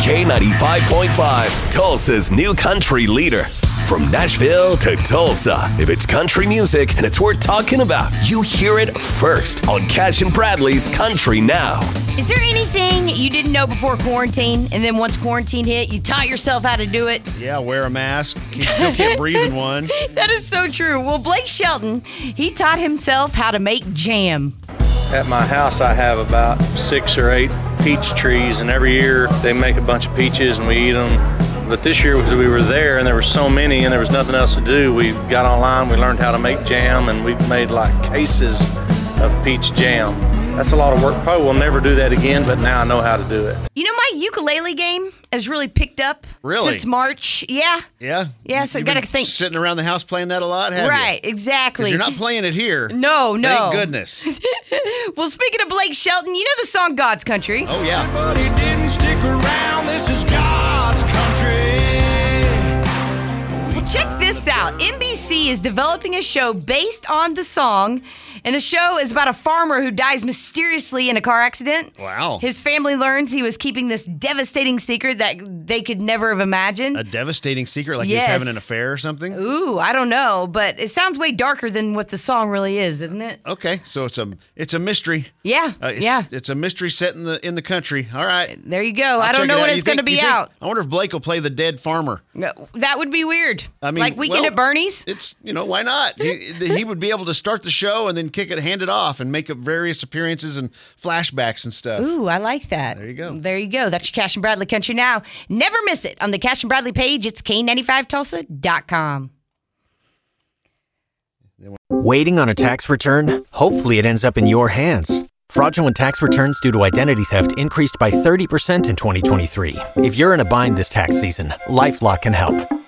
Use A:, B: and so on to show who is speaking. A: K95.5, Tulsa's new country leader. From Nashville to Tulsa, if it's country music and it's worth talking about, you hear it first on Cash and Bradley's Country Now.
B: Is there anything you didn't know before quarantine, and then once quarantine hit, you taught yourself how to do it?
C: Yeah, wear a mask. You still can't breathe in one.
B: That is so true. Well, Blake Shelton, he taught himself how to make jam.
D: At my house, I have about six or eight peach trees, and every year they make a bunch of peaches and we eat them. But this year, because we were there and there were so many and there was nothing else to do, we got online, we learned how to make jam, and we've made like cases of peach jam. That's a lot of work. Probably will never do that again, but now I know how to do it.
B: You know, my ukulele game has really picked up
C: Really?
B: since March. Yeah.
C: Yeah.
B: Yeah, so
C: You've
B: gotta
C: been
B: think.
C: Sitting around the house playing that a lot, have you?
B: Right,
C: 'Cause
B: exactly.
C: You're not playing it here.
B: No, no.
C: Thank goodness.
B: well, speaking of Blake Shelton, you know the song God's Country.
C: Oh yeah.
E: But he didn't stick around. This is God's country.
B: Well, check this out. NBC is developing a show based on the song, and the show is about a farmer who dies mysteriously in a car accident.
C: Wow.
B: His family learns he was keeping this devastating secret that they could never have imagined.
C: A devastating secret, like
B: Yes.
C: he's having an affair or something.
B: Ooh, I don't know, but it sounds way darker than what the song really is, isn't it?
C: Okay, so it's a it's a mystery.
B: Yeah,
C: Uh, it's,
B: yeah.
C: It's a mystery set in the in the country. All right.
B: There you go.
C: I'll
B: I don't
C: check
B: know
C: it
B: when
C: out. You
B: it's going to
C: think-
B: be
C: you think-
B: out.
C: I wonder if Blake will play the dead farmer.
B: No, that would be weird.
C: I mean,
B: like Weekend
C: well,
B: at Bernie's.
C: It's you know why not? He, he would be able to start the show and then kick it, hand it off, and make up various appearances and flashbacks and stuff.
B: Ooh, I like that. There
C: you go.
B: There you go. That's your Cash and Bradley country now. Never miss it on the Cash and Bradley page. It's K95Tulsa.com.
F: Waiting on a tax return? Hopefully, it ends up in your hands. Fraudulent tax returns due to identity theft increased by 30% in 2023. If you're in a bind this tax season, LifeLock can help.